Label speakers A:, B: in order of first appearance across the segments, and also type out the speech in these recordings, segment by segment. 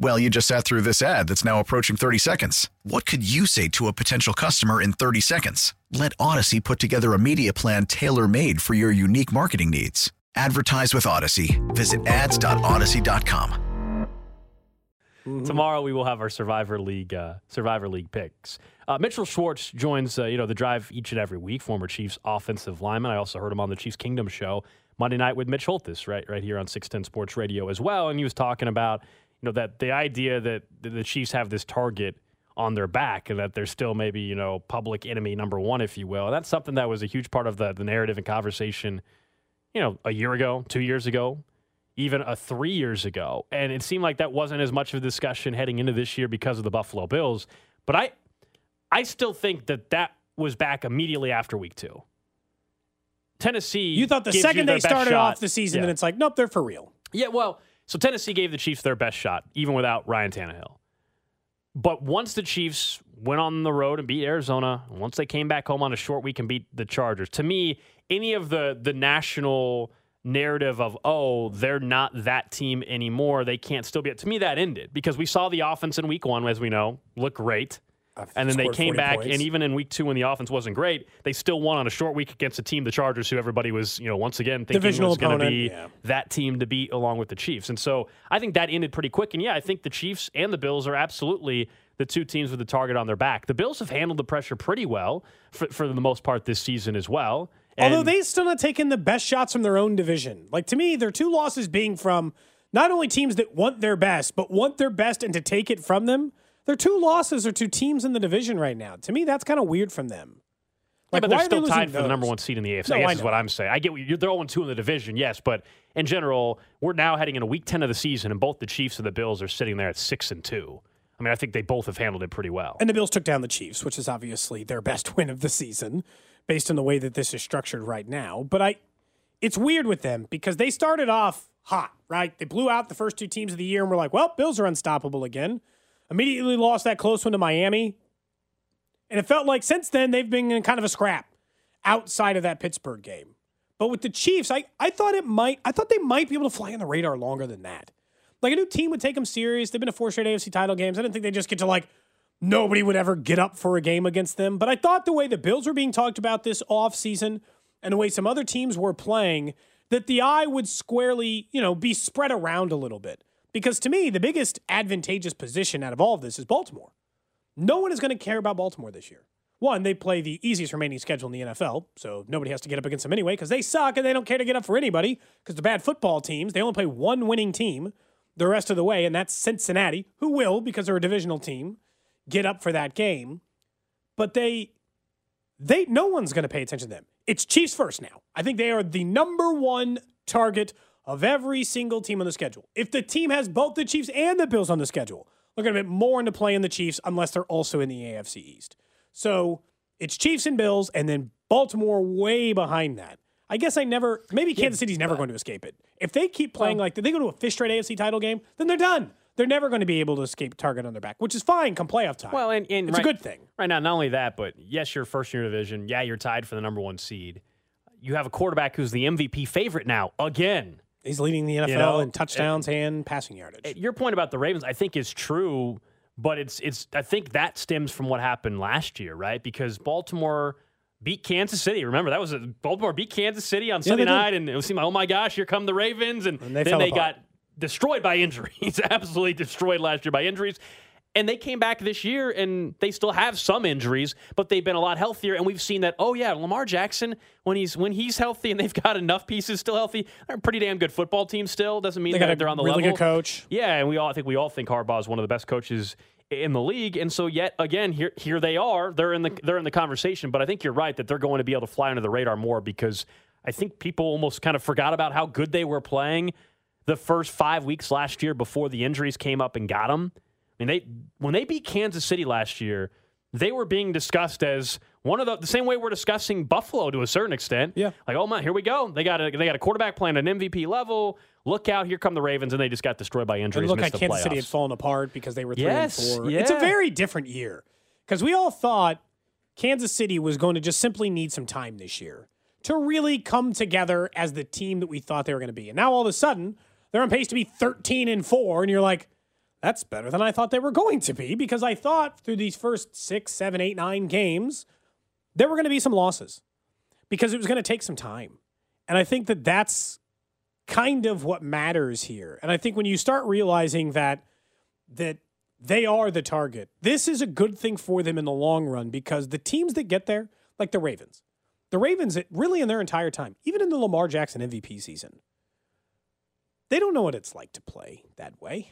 A: Well, you just sat through this ad that's now approaching 30 seconds. What could you say to a potential customer in 30 seconds? Let Odyssey put together a media plan tailor made for your unique marketing needs. Advertise with Odyssey. Visit ads.odyssey.com.
B: Tomorrow we will have our Survivor League uh, Survivor League picks. Uh, Mitchell Schwartz joins uh, you know the drive each and every week. Former Chiefs offensive lineman. I also heard him on the Chiefs Kingdom show Monday night with Mitch Holtis right right here on 610 Sports Radio as well, and he was talking about you know that the idea that the Chiefs have this target on their back and that they're still maybe you know public enemy number one, if you will. And that's something that was a huge part of the, the narrative and conversation, you know, a year ago, two years ago, even a three years ago, and it seemed like that wasn't as much of a discussion heading into this year because of the Buffalo Bills. But I, I still think that that was back immediately after Week Two. Tennessee,
C: You thought the
B: gives
C: second
B: their
C: they
B: best
C: started
B: shot.
C: off the season,
B: Yeah.
C: then it's like, nope, they're for real.
B: Yeah, well, so Tennessee gave the Chiefs their best shot, even without Ryan Tannehill. But once the Chiefs went on the road and beat Arizona, and once they came back home on a short week and beat the Chargers, to me, any of the the national narrative of oh they're not that team anymore, they can't still be it. To me, that ended because we saw the offense in Week One, as we know, look great. And then they
C: scored
B: came
C: 40
B: back,
C: points.
B: and even in week two, when the offense wasn't great, they still won on a short week against a team, the Chargers, who everybody was, you know, once again thinking
C: Divisional
B: was going to
C: opponent,
B: be
C: yeah.
B: that team to beat along with the Chiefs. And so I think that ended pretty quick. And yeah, I think the Chiefs and the Bills are absolutely the two teams with the target on their back. The Bills have handled the pressure pretty well for, for the most part this season as well. And
C: Although they still not taking the best shots from their own division. Like to me, their two losses being from not only teams that want their best, but want their best and to take it from them. Their two losses are to teams in the division right now. To me, that's kind of weird from them.
B: Yeah,
C: Like,
B: but
C: why
B: they're
C: are
B: still
C: they
B: tied for the
C: those?
B: number one seed in the AFC.
C: No,
B: I guess
C: I
B: is
C: know.
B: what I'm saying. I get what you're, they're 0 2 in the division, yes, but in general, we're now heading into week 10 of the season, and both the Chiefs and the Bills are sitting there at 6 and 2. I mean, I think they both have handled it pretty well.
C: And the Bills took down the Chiefs, which is obviously their best win of the season based on the way that this is structured right now. But I it's weird with them because they started off hot, right? They blew out the first two teams of the year and we're like, well, Bills are unstoppable again. Immediately lost that close one to Miami. And it felt like since then they've been in kind of a scrap outside of that Pittsburgh game. But with the Chiefs, I, I thought it might I thought they might be able to fly on the radar longer than that. Like a new team would take them serious. They've been to four straight AFC title games. I didn't think they just get to like nobody would ever get up for a game against them. But I thought the way the Bills were being talked about this offseason and the way some other teams were playing, that the eye would squarely, you know, be spread around a little bit. Because to me, the biggest advantageous position out of all of this is Baltimore. No one is going to care about Baltimore this year. One, they play the easiest remaining schedule in the NFL, so nobody has to get up against them anyway because they suck and they don't care to get up for anybody because they're bad football teams. They only play one winning team the rest of the way, and that's Cincinnati, who will, because they're a divisional team, get up for that game. But they, they, no one's going to pay attention to them. It's Chiefs first now. I think they are the number one target of every single team on the schedule. If the team has both the Chiefs and the Bills on the schedule, they're going to be more into playing the Chiefs unless they're also in the AFC East. So it's Chiefs and Bills, and then Baltimore way behind that. I guess I never, maybe Kansas City's never going to escape it. If they keep playing like that, they go to a fish straight AFC title game, then they're done. They're never going to be able to escape target on their back, which is fine come playoff time.
B: Well, and, and
C: it's
B: right,
C: a good thing.
B: Right now, not only that, but yes, you're first in your division. Yeah, you're tied for the number one seed. You have a quarterback who's the MVP favorite now again.
C: He's leading the NFL
B: know,
C: in touchdowns and passing yardage.
B: Your point about the Ravens, I think, is true, but it's it's I think that stems from what happened last year, right? Because Baltimore beat Kansas City. Remember that was a, Baltimore beat Kansas City on Sunday
C: they did.
B: night, and it seemed like, oh my gosh, here come the Ravens, and,
C: And they
B: then
C: fell
B: they
C: apart.
B: got destroyed by injuries, absolutely destroyed last year by injuries. And they came back this year and they still have some injuries, but they've been a lot healthier. And we've seen that, oh yeah, Lamar Jackson, when he's when he's healthy and they've got enough pieces still healthy, they're a pretty damn good football team still. Doesn't mean
C: They
B: they
C: got
B: that
C: a
B: they're on the
C: really
B: level.
C: good coach.
B: Yeah, and we all I think we all think Harbaugh is one of the best coaches in the league. And so yet again, here here they are. They're in the they're in the conversation. But I think you're right that they're going to be able to fly under the radar more because I think people almost kind of forgot about how good they were playing the first five weeks last year before the injuries came up and got them. I mean, they when they beat Kansas City last year, they were being discussed as one of the the same way we're discussing Buffalo to a certain extent.
C: Yeah.
B: like oh my, here we go. They got a they got a quarterback playing at an MVP level. Look out, here come the Ravens, and they just got destroyed by
C: It
B: injuries.
C: looked like
B: missed the
C: Kansas City had
B: playoffs.
C: fallen apart because they were three
B: Yes,
C: and four. It's a
B: yeah.
C: very different year because we all thought Kansas City was going to just simply need some time this year to really come together as the team that we thought they were going to be. And now all of a sudden they're on pace to be thirteen and four, and you're like, that's better than I thought they were going to be because I thought through these first six, seven, eight, nine games there were going to be some losses because it was going to take some time. And I think that that's kind of what matters here. And I think when you start realizing that that they are the target, this is a good thing for them in the long run because the teams that get there, like the Ravens, the Ravens really in their entire time, even in the Lamar Jackson MVP season, they don't know what it's like to play that way.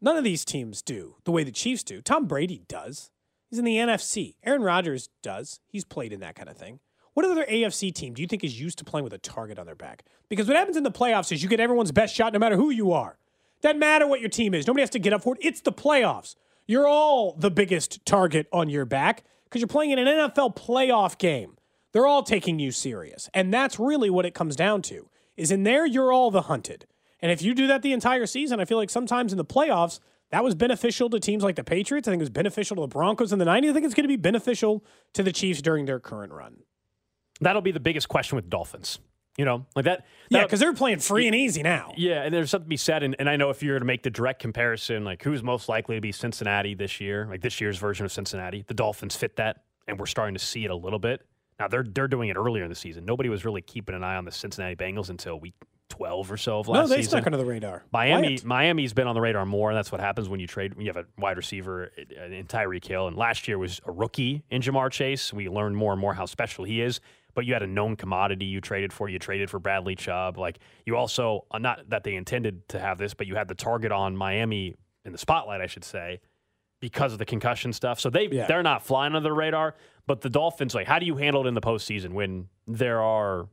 C: None of these teams do the way the Chiefs do. Tom Brady does. He's in the NFC. Aaron Rodgers does. He's played in that kind of thing. What other AFC team do you think is used to playing with a target on their back? Because what happens in the playoffs is you get everyone's best shot no matter who you are. Doesn't matter what your team is. Nobody has to get up for it. It's the playoffs. You're all the biggest target on your back because you're playing in an NFL playoff game. They're all taking you serious. And that's really what it comes down to. Is in there you're all the hunted. And if you do that the entire season, I feel like sometimes in the playoffs, that was beneficial to teams like the Patriots. I think it was beneficial to the Broncos in the 90s. I think it's going to be beneficial to the Chiefs during their current run.
B: That'll be the biggest question with Dolphins. You know, like that.
C: Yeah,
B: that'll-
C: because they're playing free and easy now.
B: Yeah, and there's something to be said. And, and I know if you were to make the direct comparison, like who's most likely to be Cincinnati this year, like this year's version of Cincinnati, the Dolphins fit that, and we're starting to see it a little bit. Now they're they're doing it earlier in the season. Nobody was really keeping an eye on the Cincinnati Bengals until week twelve or so of
C: No,
B: last
C: they
B: season.
C: snuck under the radar.
B: Miami,
C: Wyatt.
B: Miami's been on the radar more, and that's what happens when you trade. When you have a wide receiver uh, in Tyreek Hill, and last year was a rookie in Jamar Chase. We learned more and more how special he is. But you had a known commodity you traded for. You traded for Bradley Chubb. Like you also, uh, not that they intended to have this, but you had the target on Miami in the spotlight, I should say, because of the concussion stuff. So they
C: Yeah.
B: they're not flying under the radar. But the Dolphins, like, how do you handle it in the postseason when there are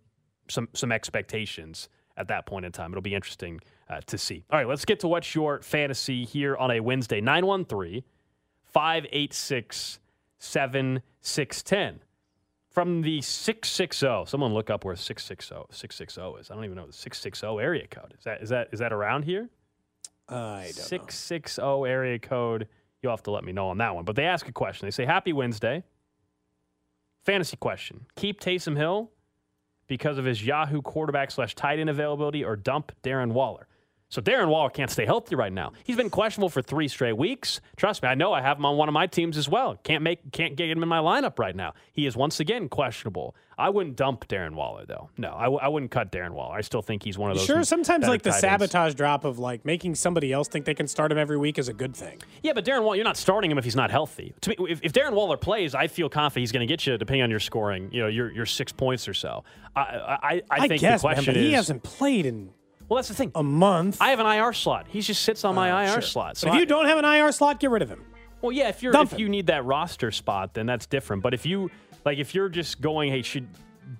B: some some expectations at that point in time. It'll be interesting uh, to see. All right, let's get to what's your fantasy here on a Wednesday 913 586 7610. From the 660, someone look up where oh, 660 660 is. I don't even know the 660 area code. Is that is that is that around here?
C: I don't know.
B: 660 area code. You'll have to let me know on that one. But they ask a question. They say, Happy Wednesday. Fantasy question. Keep Taysom Hill because of his Yahoo quarterback slash tight end availability or dump Darren Waller. So Darren Waller can't stay healthy right now. He's been questionable for three straight weeks. Trust me, I know I have him on one of my teams as well. Can't make can't get him in my lineup right now. He is once again questionable. I wouldn't dump Darren Waller though. No, I, w- I wouldn't cut Darren Waller. I still think he's one of
C: You
B: those.
C: Sure, sometimes
B: better
C: like the
B: tight ends.
C: sabotage drop of like making somebody else think they can start him every week is a good thing.
B: Yeah, but Darren Waller, you're not starting him if he's not healthy. To me, if, if Darren Waller plays, I feel confident he's going to get you, depending on your scoring, you know, your your six points or so. I I, I, I think
C: guess,
B: the
C: man,
B: question
C: but
B: is,
C: he hasn't played in
B: well, that's the thing.
C: a month.
B: I have an IR slot. He just sits on my IR
C: Oh, Sure.
B: slot.
C: But
B: I-
C: if you don't have an IR slot, get rid of him.
B: Well, yeah, if you're
C: Dump
B: if
C: him.
B: you need that roster spot, then that's different. But if you like, if you're just going, hey, should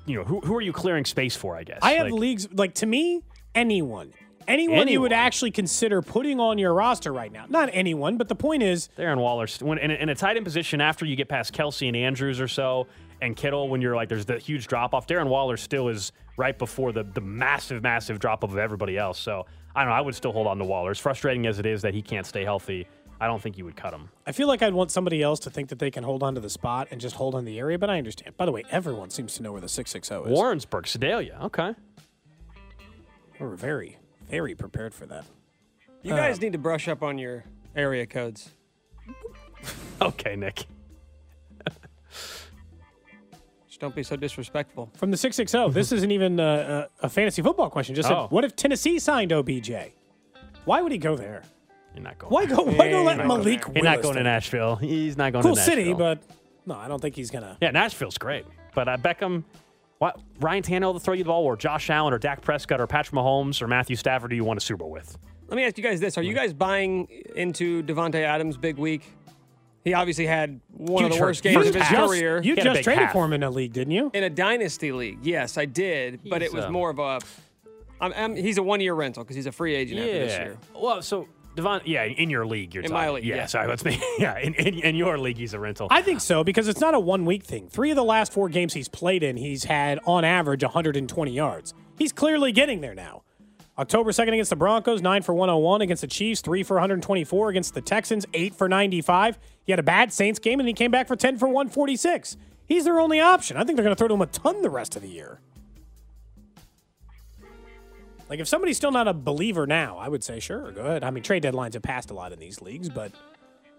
B: you know who who are you clearing space for? I guess
C: I have
B: Like,
C: leagues like to me, anyone, anyone, you would
B: Anyone.
C: actually consider putting on your roster right now. Not anyone, but the point is,
B: Darren Waller st- when in a, in a tight end position after you get past Kelsey and Andrews or so and Kittle when you're like there's the huge drop off. Darren Waller still is right before the the massive massive drop off of everybody else. So I don't know. I would still hold on to Waller. As frustrating as it is that he can't stay healthy, I don't think you would cut him.
C: I feel like I'd want somebody else to think that they can hold on to the spot and just hold on the area. But I understand. By the way, everyone seems to know where the six six zero is.
B: Warrensburg, Sedalia. Okay.
C: We're very, very prepared for that.
D: You guys
B: Oh.
D: need to brush up on your area codes.
B: Okay, Nick.
D: Just don't be so disrespectful.
C: From the six six zero, this isn't even uh, a, a fantasy football question. Just said,
B: Oh.
C: what if Tennessee signed OBJ? Why would he go there?
B: You're not going.
C: Why
B: there.
C: go? Why go
D: Ain't
C: let
D: not going
C: Malik?
D: there.
B: You're not
C: Willis
B: going to
C: take-
B: Nashville. He's not going
C: Cool
B: to
C: city,
B: Nashville.
C: but no, I don't think he's gonna.
B: Yeah, Nashville's great. But uh, Beckham, what, Ryan Tannehill to throw you the ball, or Josh Allen, or Dak Prescott, or Patrick Mahomes, or Matthew Stafford, do you want a Super Bowl with?
D: Let me ask you guys this: Are you guys buying into Devonte Adams' big week? He obviously had one of
B: Huge
D: the
B: hurt.
D: worst games
B: Huge
D: of his
B: pass.
D: career
C: You
B: Get a
C: just
B: big
C: traded
B: half.
C: for him in a league, didn't you?
D: in a dynasty league. Yes, I did, but
B: He's,
D: it was
B: um,
D: more of a. I'm, I'm, he's a one-year rental because he's a free agent after this year.
B: Well, so Devon, yeah, in your league, you're
D: In
B: talking.
D: my league,
B: yeah,
D: yeah.
B: Sorry, let's me. Yeah, in, in, in your league, he's a rental.
C: I think so because it's not a one week thing. Three of the last four games he's played in, he's had on average 120 yards. He's clearly getting there now. October 2nd against the Broncos, 9 for 101 against the Chiefs, 3 for 124 against the Texans, 8 for 95. He had a bad Saints game and he came back for 10 for 146. He's their only option. I think they're going to throw to him a ton the rest of the year. Like if somebody's still not a believer now, I would say sure, go ahead. I mean, trade deadlines have passed a lot in these leagues, but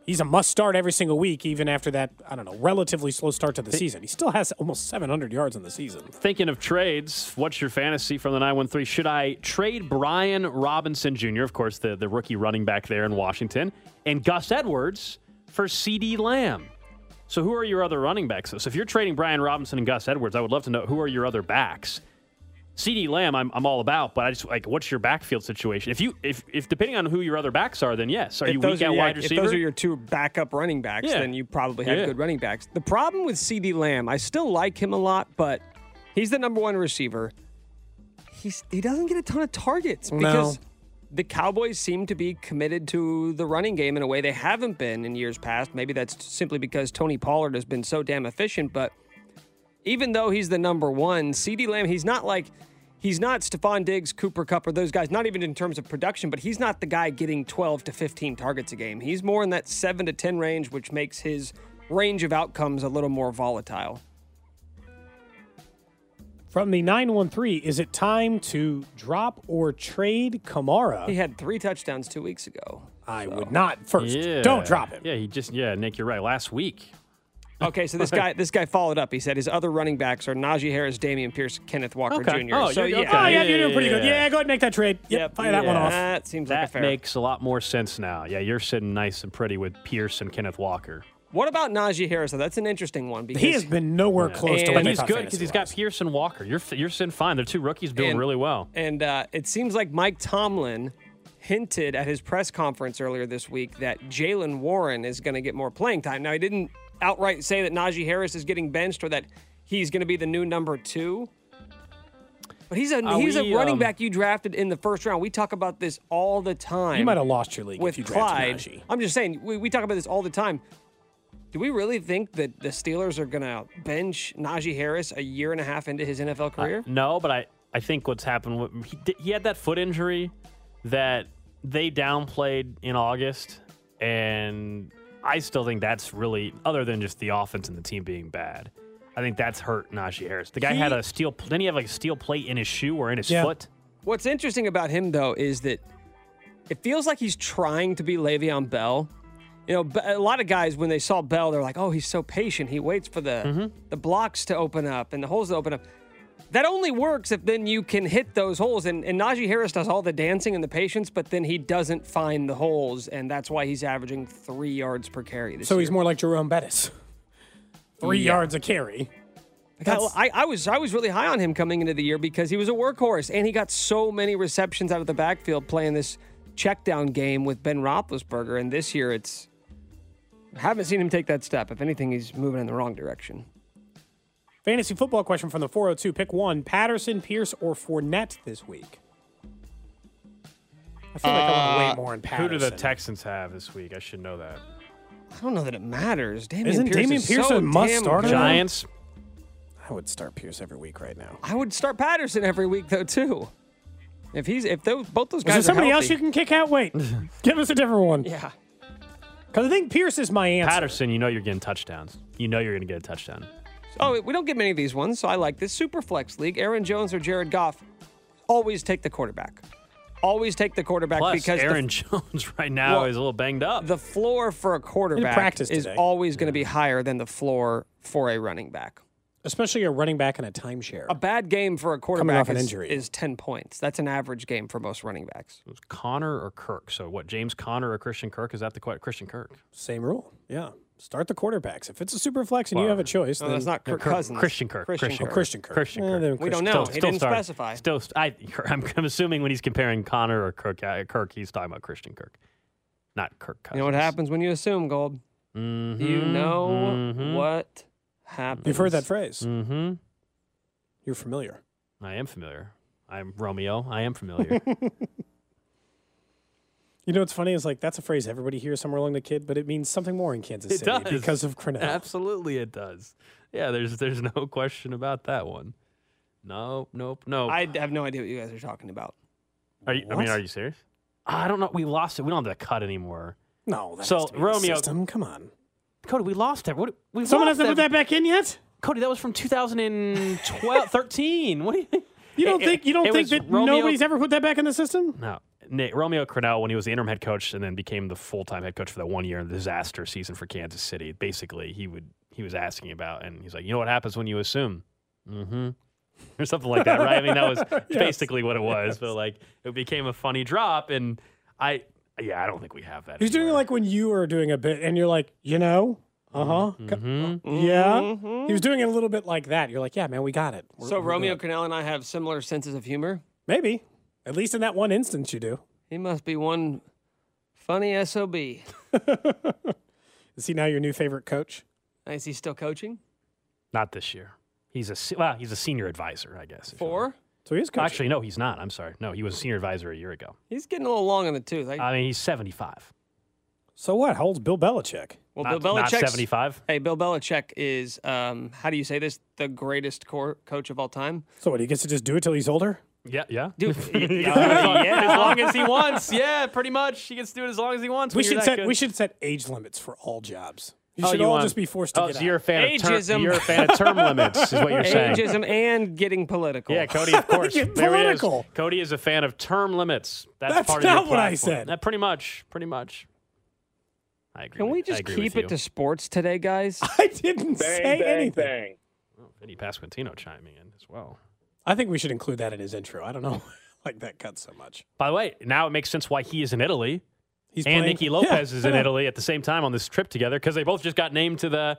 C: he's a must start every single week, even after that, I don't know, relatively slow start to the season. He still has almost 700 yards in the season.
B: Thinking of trades, what's your fantasy from the 913? Should I trade Brian Robinson Jr., of course, the, the rookie running back there in Washington, and Gus Edwards for CD Lamb? So, who are your other running backs? So, if you're trading Brian Robinson and Gus Edwards, I would love to know who are your other backs. CD Lamb, I'm, I'm all about, but I just like what's your backfield situation? If you if if depending on who your other backs are, then yes, are you weak
D: those
B: at
D: are, yeah,
B: wide receiver?
D: If those are your two backup running backs,
B: Yeah.
D: then you probably have
B: Yeah.
D: good running backs. The problem with CD Lamb, I still like him a lot, but he's the number one receiver. He's he doesn't get a ton of targets because the Cowboys seem to be committed to the running game in a way they haven't been in years past. Maybe that's simply because Tony Pollard has been so damn efficient, but even though he's the number one, CD Lamb, he's not like he's not Stephon Diggs, Cooper Cup, or those guys, not even in terms of production, but he's not the guy getting 12 to 15 targets a game. He's more in that seven to 10 range, which makes his range of outcomes a little more volatile.
C: From the 913, is it time to drop or trade
D: He
C: Kamara?
D: had three touchdowns two weeks ago.
C: I would not first.
B: yeah.
C: Don't drop him.
B: Yeah, he just yeah, Nick, you're right. Last week,
D: Okay, so this guy this guy followed up. He said his other running backs are Najee Harris, Damian Pierce, Kenneth Walker
B: Okay.
D: Jr.
B: Oh,
D: so
B: you're-
D: yeah.
C: Oh, yeah,
B: Yeah,
C: you're doing pretty good.
B: yeah.
C: Yeah, go ahead and make that trade. Yep, fire that one
B: yeah.
C: off.
D: That seems like a
B: that
D: fair.
B: makes a lot more sense now. Yeah, you're sitting nice and pretty with Pierce and Kenneth Walker.
D: what about Najee Harris? though? That's an interesting one because
C: He has been nowhere close to
D: And
C: what
B: But
C: they
B: he's
C: thought
B: good because he's got
C: fantasy-wise.
B: Pierce and Walker. You're f- you're sitting fine. They're two rookies doing
D: And-
B: really well.
D: And uh, it seems like Mike Tomlin hinted at his press conference earlier this week that Jalen Warren is going to get more playing time. Now, he didn't outright say that Najee Harris is getting benched or that he's going to be the new number two. But he's a
B: Are
D: he's
B: we,
D: a running
B: um,
D: back you drafted in the first round. We talk about this all the time.
C: You might have lost your league
D: with
C: if you
D: Clyde.
C: drafted Najee.
D: I'm just saying we, we talk about this all the time. Do we really think that the Steelers are going to bench Najee Harris a year and a half into his NFL career?
C: Uh,
B: No, but I I think what's happened with he, did- he had that foot injury that they downplayed in August, and I still think that's really other than just the offense and the team being bad. I think that's hurt Najee Harris. The guy had a steel. Then he have like a steel plate in his shoe or in his
C: Yeah.
B: foot.
D: What's interesting about him, though, is that it feels like he's trying to be Le'Veon Bell. You know, Be- a lot of guys when they saw Bell, they're like, "Oh, he's so patient. He waits for the
C: Mm-hmm.
D: the blocks to open up and the holes to open up." That only works if then you can hit those holes. And, and Najee Harris does all the dancing and the patience, but then he doesn't find the holes, and that's why he's averaging three yards per carry this
C: So
D: year.
C: he's more like Jerome Bettis. Three yards a carry.
D: Kyle, I, I was I was really high on him coming into the year because he was a workhorse and he got so many receptions out of the backfield playing this checkdown game with Ben Roethlisberger. And this year, it's haven't seen him take that step. If anything, he's moving in the wrong direction.
C: Fantasy football question from the 402. Pick one Patterson, Pierce, or Fournette this week. I feel like I want to wait more on Patterson.
B: Uh, Who do the Texans have this week? I should know that.
D: I don't know that it matters. Damian
C: Isn't
D: Pierce
C: Damian
D: is
C: Pierce
D: so
C: a must
D: damn
C: starter?
D: good.
C: Giant-
B: Giants.
C: I would start Pierce every week right now.
D: I would start Patterson every week though too. If he's if those both those
C: Is
D: guys
C: there
D: are
C: somebody else
D: healthy.
C: you can kick out? Wait, give us a different one.
D: yeah.
C: Because I think Pierce is my answer.
B: Patterson, you know you're getting touchdowns. You know you're going to get a touchdown.
D: Oh, we don't get many of these ones, so I like this super flex league. Aaron Jones or Jared Goff, always take the quarterback. Always take the quarterback
B: Plus,
D: because the-
B: Aaron Jones right now
D: Well,
B: is a little banged up.
D: the floor for a quarterback
C: practice
D: is
C: today.
D: always going to be higher than the floor for a running back.
C: especially a running back in a timeshare.
B: Um,
D: A bad game for a quarterback
C: off an
D: is,
C: injury.
D: is 10 points. That's an average game for most running backs.
B: It was Connor or Kirk. So what? James Connor or Christian Kirk? Is that the question? Christian Kirk?
C: Same rule. Yeah. Start the quarterbacks. If it's a super flex and you have a choice,
D: No,
C: then
D: that's not
B: No,
D: Kirk, Cousins.
B: Christian Kirk.
D: Christian
B: Christian
D: Kirk.
C: Christian Kirk.
B: Christian
C: Eh,
B: Kirk.
C: then
D: We don't
C: Christian
D: know.
B: Still-
D: he
B: still
D: didn't
B: starting.
D: specify.
B: Still, st- I, I'm, I'm assuming when he's comparing Connor or Kirk, uh, Kirk, he's talking about Christian Kirk, not Kirk. Cousins.
D: you know what happens when you assume, Gold?
B: Mhm,
D: You know
B: mhm,
D: what happens.
C: You've heard that phrase.
B: mhm. Mm.
C: You're familiar.
B: I am familiar. I'm Romeo. I am familiar.
C: You know what's funny is like that's a phrase everybody hears somewhere along the kid, but it means something more in Kansas
B: it
C: City
B: does
C: because of Cornell.
B: Absolutely, it does. Yeah, there's there's no question about that one. Nope, nope, no.
D: I d- have no idea what you guys are talking about.
B: Are you, I mean,
C: What?
B: are you serious? I don't know. We lost it. We don't have the cut anymore.
C: No, that's
B: So,
C: has to be the
B: Romeo-
C: system. Come on.
B: Cody, we lost it. What? We
C: Someone
B: lost
C: hasn't put that back in yet.
B: Cody, that was from 2012, 13. What do you think?
C: You don't
B: It-
C: think you don't
B: it
C: think
B: was
C: that
B: Romeo-
C: nobody's ever put that back in the system?
B: No. Nick, Romeo Cornell, when he was the interim head coach and then became the full time head coach for that one year in the disaster season for Kansas City, basically he would he was asking about and he's like, you know what happens when you assume? Mm-hmm. Or something like that, right? I mean, that was basically what it was. But like it became a funny drop and I yeah, I don't think we have that.
C: He's doing it like when you were doing a bit and you're like, you know, uh huh,
B: Mm-hmm.
C: yeah. Mm-hmm. He was doing it a little bit like that. You're like, yeah, man, we got it. We're-
D: So
C: we're
D: Romeo
C: good.
D: Cornell and I have similar senses of humor.
C: maybe at least in that one instance you do.
D: He must be one funny sob.
C: Is he now your new favorite coach?
D: Is he still coaching?
B: not this year. He's a se- well, he's a senior advisor, I guess. if you want.
D: Four.
C: So he is coaching.
B: Actually, no, he's not. I'm sorry. No, he was a senior advisor a year ago.
D: He's getting a little long in the tooth. I,
B: I mean, he's 75.
C: so what? How old's Bill Belichick?
D: well,
B: not,
D: Bill
B: not
D: Belichick's
B: 75.
D: Hey, Bill Belichick is um, how do you say this? The greatest cor- coach of all time.
C: So what? He gets to just do it till he's older?
B: Yeah, yeah.
D: Dude,
B: as long as he wants. Yeah, pretty much. He gets to do it as long as he wants.
C: We should set we should set age limits for all jobs. You should all just be forced to
B: oh,
C: get
B: so
C: out.
B: you're a fan of
D: Ageism.
B: term, you're a fan of term limits, is what you're saying.
D: ageism and getting political.
B: Yeah, Cody, of course.
C: Get
B: There he is.
C: political.
B: Cody is a fan of term limits. That's,
C: That's
B: part of your
C: not what I
B: platform.
C: said.
B: That pretty much, pretty much. I agree.
D: Can
B: with-
D: we
B: I
D: just
B: agree with
D: keep it
B: you.
D: to sports today, guys?
C: I didn't say anything.
B: Oh, Vinny Pasquantino chiming in as well.
C: I think we should include that in his intro. I don't know, I like that cut so much.
B: By the way, now it makes sense why he is in Italy
C: He's
B: and
C: playing-
B: Nicky Lopez
C: Yeah,
B: is
C: I
B: in
C: know.
B: Italy at the same time on this trip together because they both just got named to the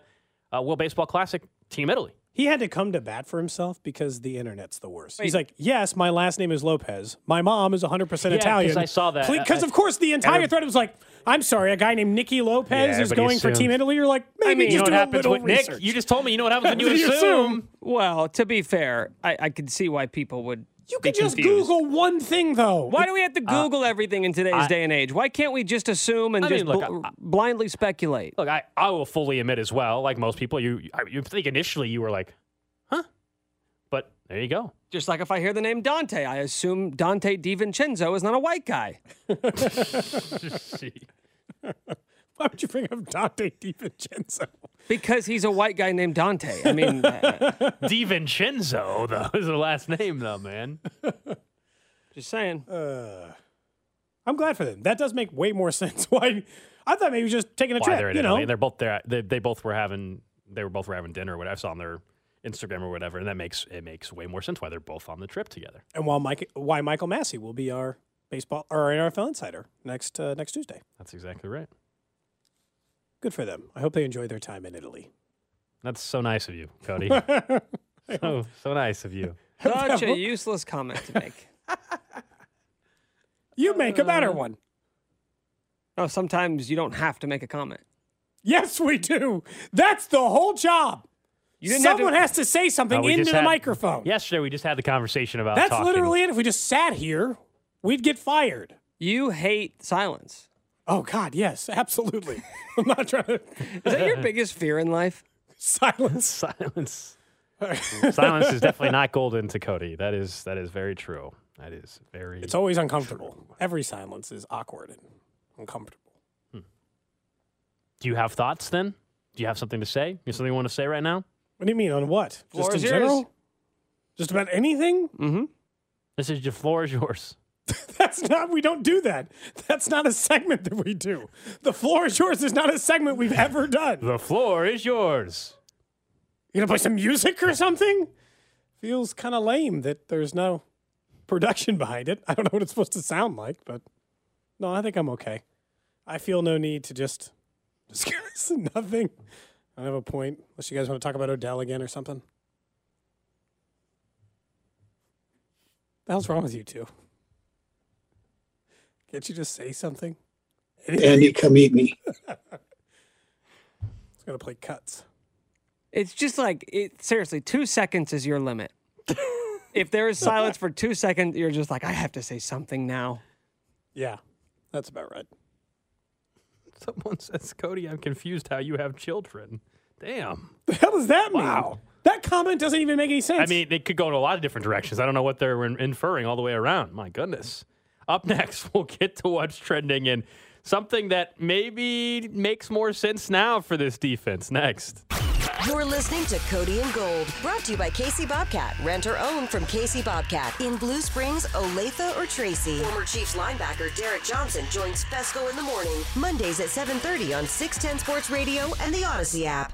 B: uh, World Baseball Classic Team Italy.
C: He had to come to bat for himself because the internet's the worst. He's like, "Yes, my last name is Lopez. My mom is 100 percent
B: Yeah, 'cause
C: Italian."
B: I saw that.
C: Because
B: I-
C: of course the entire thread was like, "I'm sorry, a guy named Nicky Lopez
B: Yeah,
C: is
B: everybody
C: going for
B: assumed.
C: Team Italy." You're like, "Maybe
D: I mean,
C: just
D: you know
C: do
B: what
C: a
B: happens
C: little
B: with
C: research.
B: Nick? You just told me. You know what happens when you
C: You
B: assume.
C: assume.
D: Well, to be fair, I, I could see why people would.
C: You
D: be
C: could just
D: confused.
C: Google one thing though.
D: Why do we have to Google everything in today's day and age? Why can't we just assume and
B: Uh, I mean,
D: just
B: look,
D: bl-
B: I- I-
D: blindly speculate?
B: Look, I, I will fully admit as well, like most people, you I, you think initially you were like, huh? But there you go.
D: Just like if I hear the name Dante, I assume Dante DiVincenzo is not a white guy.
C: Why would you bring up Dante DiVincenzo?
D: Because he's a white guy named Dante. I mean, uh,
B: DiVincenzo, though, is the last name, though, man.
D: just saying.
B: Uh,
C: I'm glad for them. That does make way more sense. Why? I thought maybe just taking a
B: Why
C: trip.
B: they're in
C: you know,
B: Italy. They're both there. They, they both were having they were both were having dinner or whatever. I saw on their Instagram or whatever, and that makes it makes way more sense why they're both on the trip together.
C: and while Mike, why Michael Massey will be our baseball or our NFL insider next uh, next Tuesday.
B: That's exactly right.
C: Good for them. I hope they enjoy their time in Italy.
B: That's so nice of you, Cody.
C: I
B: so, so nice of you.
D: Such a useless comment to make.
C: You make
B: Uh,
C: a better one.
D: No, Oh, sometimes you don't have to make a comment.
C: Yes, we do. That's the whole job.
D: You didn't have to-
C: Someone has to say something
B: Uh, we
C: into
B: just
C: the
B: had-
C: microphone.
B: Yesterday, we just had the conversation about
C: That's
B: talking.
C: literally it. If we just sat here, we'd get fired.
D: You hate silence.
C: Oh God, yes, absolutely. I'm not trying to
D: Is that your biggest fear in life?
C: silence.
B: silence. silence is definitely not golden to Cody. That is that is very true. That is very.
C: It's always uncomfortable. Every silence is awkward and uncomfortable.
B: Do you have thoughts then? Do you have something to say? You have something you want to say right now?
C: What do you mean on what?
D: Floor
C: Just in
D: is yours.
C: general? Just about anything?
B: This is your floor is yours.
C: That's not. We don't do that. That's not a segment that we do. The floor is yours is not a segment we've ever done.
B: The floor is yours.
C: You're gonna play some music or something? Feels kind of lame that there's no production behind it. I don't know what it's supposed to sound like, but no, I think I'm okay. I feel no need to just discuss nothing. I don't have a point unless you guys want to talk about Odell again or something. The hell's wrong with you two? Can't you just say something?
E: Andy, come eat me.
C: It's gonna play cuts.
D: It's just like it, seriously, two seconds is your limit. if there is silence for two seconds, you're just like, I have to say something now.
C: Yeah, that's about right.
B: Someone says, Cody, I'm confused how you have children. Damn.
C: The hell does that mean?
B: Wow.
C: That comment doesn't even make any sense.
B: I mean, it could go in a lot of different directions. I don't know what they're in- inferring all the way around. My goodness. Up next, we'll get to what's trending and something that maybe makes more sense now for this defense. Next.
F: You're listening to Cody and Gold, brought to you by Casey Bobcat. Rent or own from Casey Bobcat in Blue Springs, Olathe, or Tracy. Former Chiefs linebacker Derek Johnson joins Fesco in the morning, Mondays at 7:30 on 610 Sports Radio and the Odyssey app.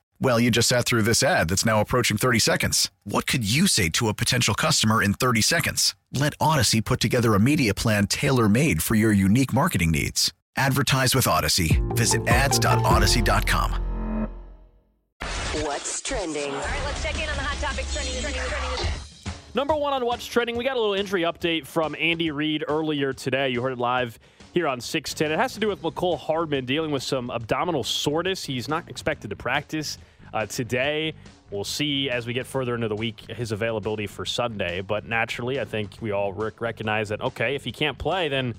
A: Well, you just sat through this ad that's now approaching 30 seconds. What could you say to a potential customer in 30 seconds? Let Odyssey put together a media plan tailor made for your unique marketing needs. Advertise with Odyssey. Visit ads.odyssey.com.
F: What's trending?
G: All right, let's check in on the hot topics trending, trending, trending.
B: Number one on what's trending, we got a little injury update from Andy Reid earlier today. You heard it live here on 610. It has to do with McCole Hardman dealing with some abdominal soreness. He's not expected to practice uh, today. We'll see as we get further into the week his availability for Sunday. But naturally, I think we all rec- recognize that, okay, if he can't play, then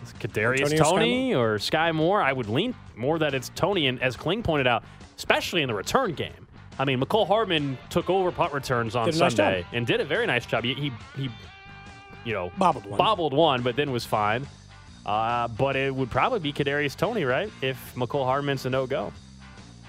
B: it's Kadarius
C: Tony or Sky
B: Tony or Sky Moore. I would lean more that it's Tony. And as Kling pointed out, especially in the return game. I mean, McCole Hardman took over punt returns on
C: Did a nice
B: Sunday
C: job.
B: and did a very nice job. He, he, he you know,
C: Bobbled one.
B: bobbled one, but then was fine. Uh, but it would probably be Kadarius Tony, right? If McCole Hardman's a no go.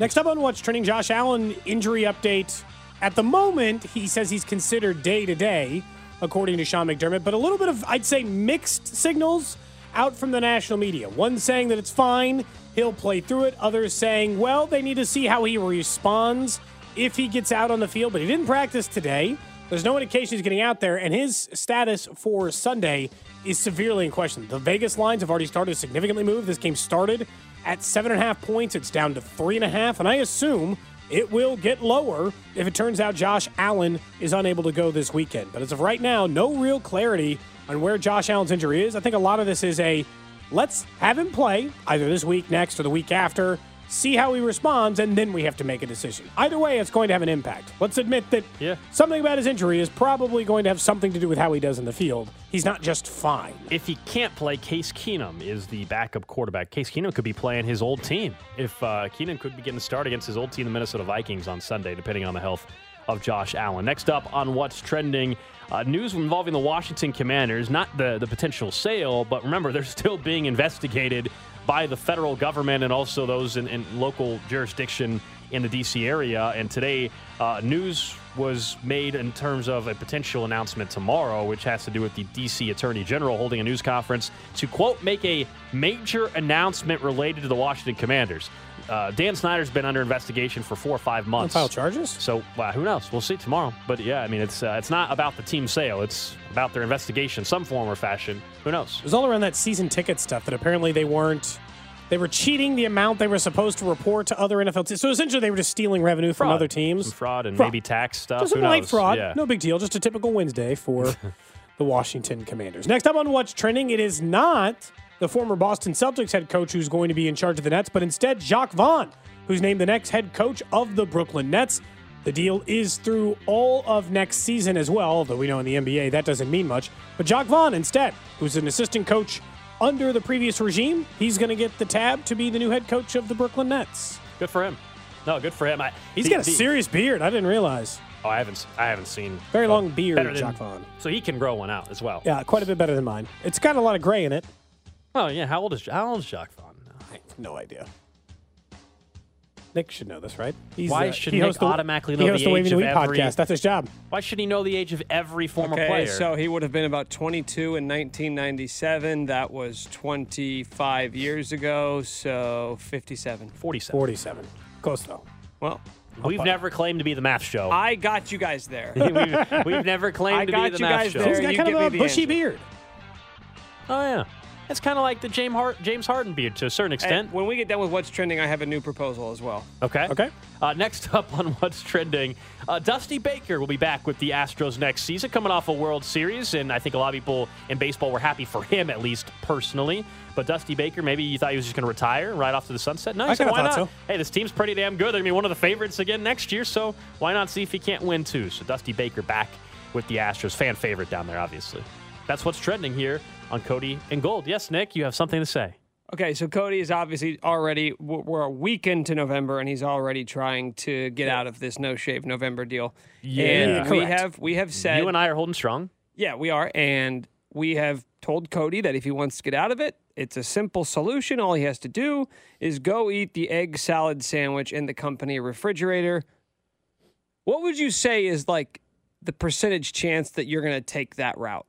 C: Next up on What's Trending, Josh Allen injury update. At the moment, he says he's considered day to day, according to Sean McDermott, but a little bit of, I'd say, mixed signals out from the national media. One saying that it's fine, he'll play through it. Others saying, well, they need to see how he responds if he gets out on the field, but he didn't practice today. There's no indication he's getting out there, and his status for Sunday is severely in question. The Vegas lines have already started to significantly move. This game started at seven and a half points. It's down to three and a half, and I assume it will get lower if it turns out Josh Allen is unable to go this weekend. But as of right now, no real clarity on where Josh Allen's injury is. I think a lot of this is a let's have him play either this week, next, or the week after, see how he responds, and then we have to make a decision. Either way, it's going to have an impact. Let's admit that
B: Yeah.
C: something about his injury is probably going to have something to do with how he does in the field. He's not just fine.
B: If he can't play, Case Keenum is the backup quarterback. Case Keenum could be playing his old team. If uh, Keenum could be getting the start against his old team, the Minnesota Vikings, on Sunday, depending on the health of Josh Allen. Next up on what's trending, uh, news involving the Washington Commanders. Not the the potential sale, but remember they're still being investigated by the federal government and also those in, in local jurisdiction in the D.C. area. And today, uh, news was made in terms of a potential announcement tomorrow, which has to do with the D.C. Attorney General holding a news conference to, quote, make a major announcement related to the Washington Commanders. Uh, Dan Snyder's been under investigation for four or five months.
C: File charges?
B: So uh, who knows? We'll see tomorrow. But yeah, I mean, it's uh, it's not about the team sale. It's about their investigation, some form or fashion. Who knows?
C: It was all around that season ticket stuff that apparently they weren't. They were cheating the amount they were supposed to report to other NFL teams. So essentially, they were just stealing revenue from
B: Fraud.
C: other teams.
B: Some fraud and
C: Fraud.
B: maybe tax stuff.
C: Just
B: who
C: some light
B: knows?
C: fraud.
B: Yeah.
C: No big deal. Just a typical Wednesday for the Washington Commanders. Next up on What's Trending, it is not the former Boston Celtics head coach who's going to be in charge of the Nets, but instead Jacques Vaughn, who's named the next head coach of the Brooklyn Nets. The deal is through all of next season as well, although we know in the NBA that doesn't mean much. But Jock Vaughn, instead, who's an assistant coach under the previous regime, he's going to get the tab to be the new head coach of the Brooklyn Nets.
B: Good for him. No, good for him. I,
C: He's
B: the-
C: got a
B: the-
C: serious beard. I didn't realize.
B: Oh, I haven't. I haven't seen
C: Very
B: oh,
C: long beard,
B: better than-
C: Jacques Vaughn.
B: So he can grow one out as well.
C: Yeah, quite a bit better than mine. It's got a lot of gray in it.
B: Oh yeah. How old is how old is Jacques Vaughn?
C: I have no idea. Nick should know this, right? He's,
B: Why
C: uh,
B: should
C: he
B: Nick
C: hosts the-
B: automatically
C: he
B: know
C: hosts
B: the
C: Waving
B: age
C: the
B: of
C: Wheat
B: every-
C: podcast? That's his job.
B: Why should he know the age of every former
D: okay,
B: player?
D: so he would have been about 22 in 1997. That was 25 years ago, so 57.
B: 47.
C: 47. Close though.
D: Well,
B: We've never claimed to be the math show.
D: I got you guys there.
B: we've, we've never
D: I
B: claimed to be
D: got
B: the
D: you
B: math
D: guys
B: show.
D: there.
C: He's got
D: you
C: kind
D: give me
C: of a
D: the
C: bushy
D: answer.
C: beard.
B: Oh yeah. It's kind of like the James, Har- James Harden beard to a certain
D: And
B: extent.
D: when we get done with what's trending, I have a new proposal as well.
B: Okay.
C: Okay.
B: Uh, next up on what's trending, uh, Dusty Baker will be back with the Astros next season, coming off a World Series, and I think a lot of people in baseball were happy for him, at least personally. But Dusty Baker, maybe you thought he was just going to retire right off to the sunset. No, he
C: I
B: said,
C: kinda
B: why not?
C: thought so.
B: Hey, this team's pretty damn good. They're going to be one of the favorites again next year, so why not see if he can't win too? So Dusty Baker back with the Astros, fan favorite down there, obviously. That's what's trending here on Cody and Gold. Yes, Nick, you have something to say.
D: Okay, so Cody is obviously already, we're we're a week into November, and he's already trying to get out of this no shave November deal.
B: Yeah.
D: And we
C: Correct.
D: have, we have said,
B: You and I are holding strong.
D: yeah, we are. And we have told Cody that if he wants to get out of it, it's a simple solution. All he has to do is go eat the egg salad sandwich in the company refrigerator. What would you say is like the percentage chance that you're going to take that route?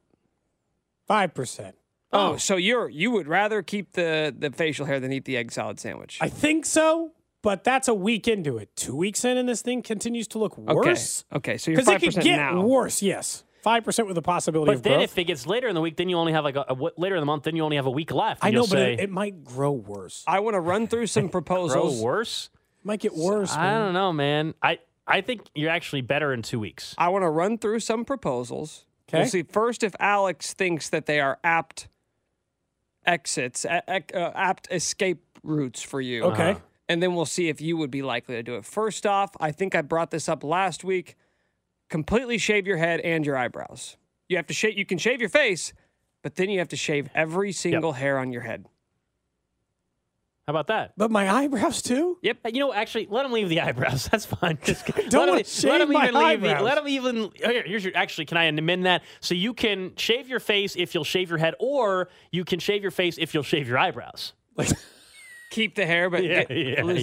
C: Five percent.
D: Oh, so you're you would rather keep the the facial hair than eat the egg salad sandwich?
C: I think so, but that's a week into it. Two weeks in, and this thing continues to look
D: okay.
C: worse.
D: Okay, so you're
C: Because
D: five
C: it could
D: percent
C: get
D: now.
C: worse. Yes, five percent with the possibility
B: But
C: of
B: then,
C: growth.
B: if it gets later in the week, then you only have like a, a w- later in the month, then you only have a week left.
C: I
B: and
C: know,
B: you'll
C: but
B: say,
C: it, it might grow worse.
D: I want to run through some
B: grow
D: proposals.
B: worse.
C: It might get worse.
B: I
C: man.
B: don't know, man. I I think you're actually better in two weeks.
D: I want to run through some proposals.
C: Okay.
D: We'll see first if Alex thinks that they are apt exits, a- ec- uh, apt escape routes for you.
C: Okay.
B: Uh-huh.
D: And then we'll see if you would be likely to do it. First off, I think I brought this up last week. Completely shave your head and your eyebrows. You have to shave. You can shave your face, but then you have to shave every single hair on your head.
B: How about that?
C: But my eyebrows too.
D: Yep.
B: Hey, You know, actually, let him leave the eyebrows. That's fine. Just let
C: wanna
B: him-
C: shave
B: let him
C: my
B: even leave the,
C: eyebrows.
B: Let him even. oh, Here, here's your. Actually, can I amend that? So you can shave your face if you'll shave your head, or you can shave your face if you'll shave your eyebrows.
D: Keep the hair, but get- lose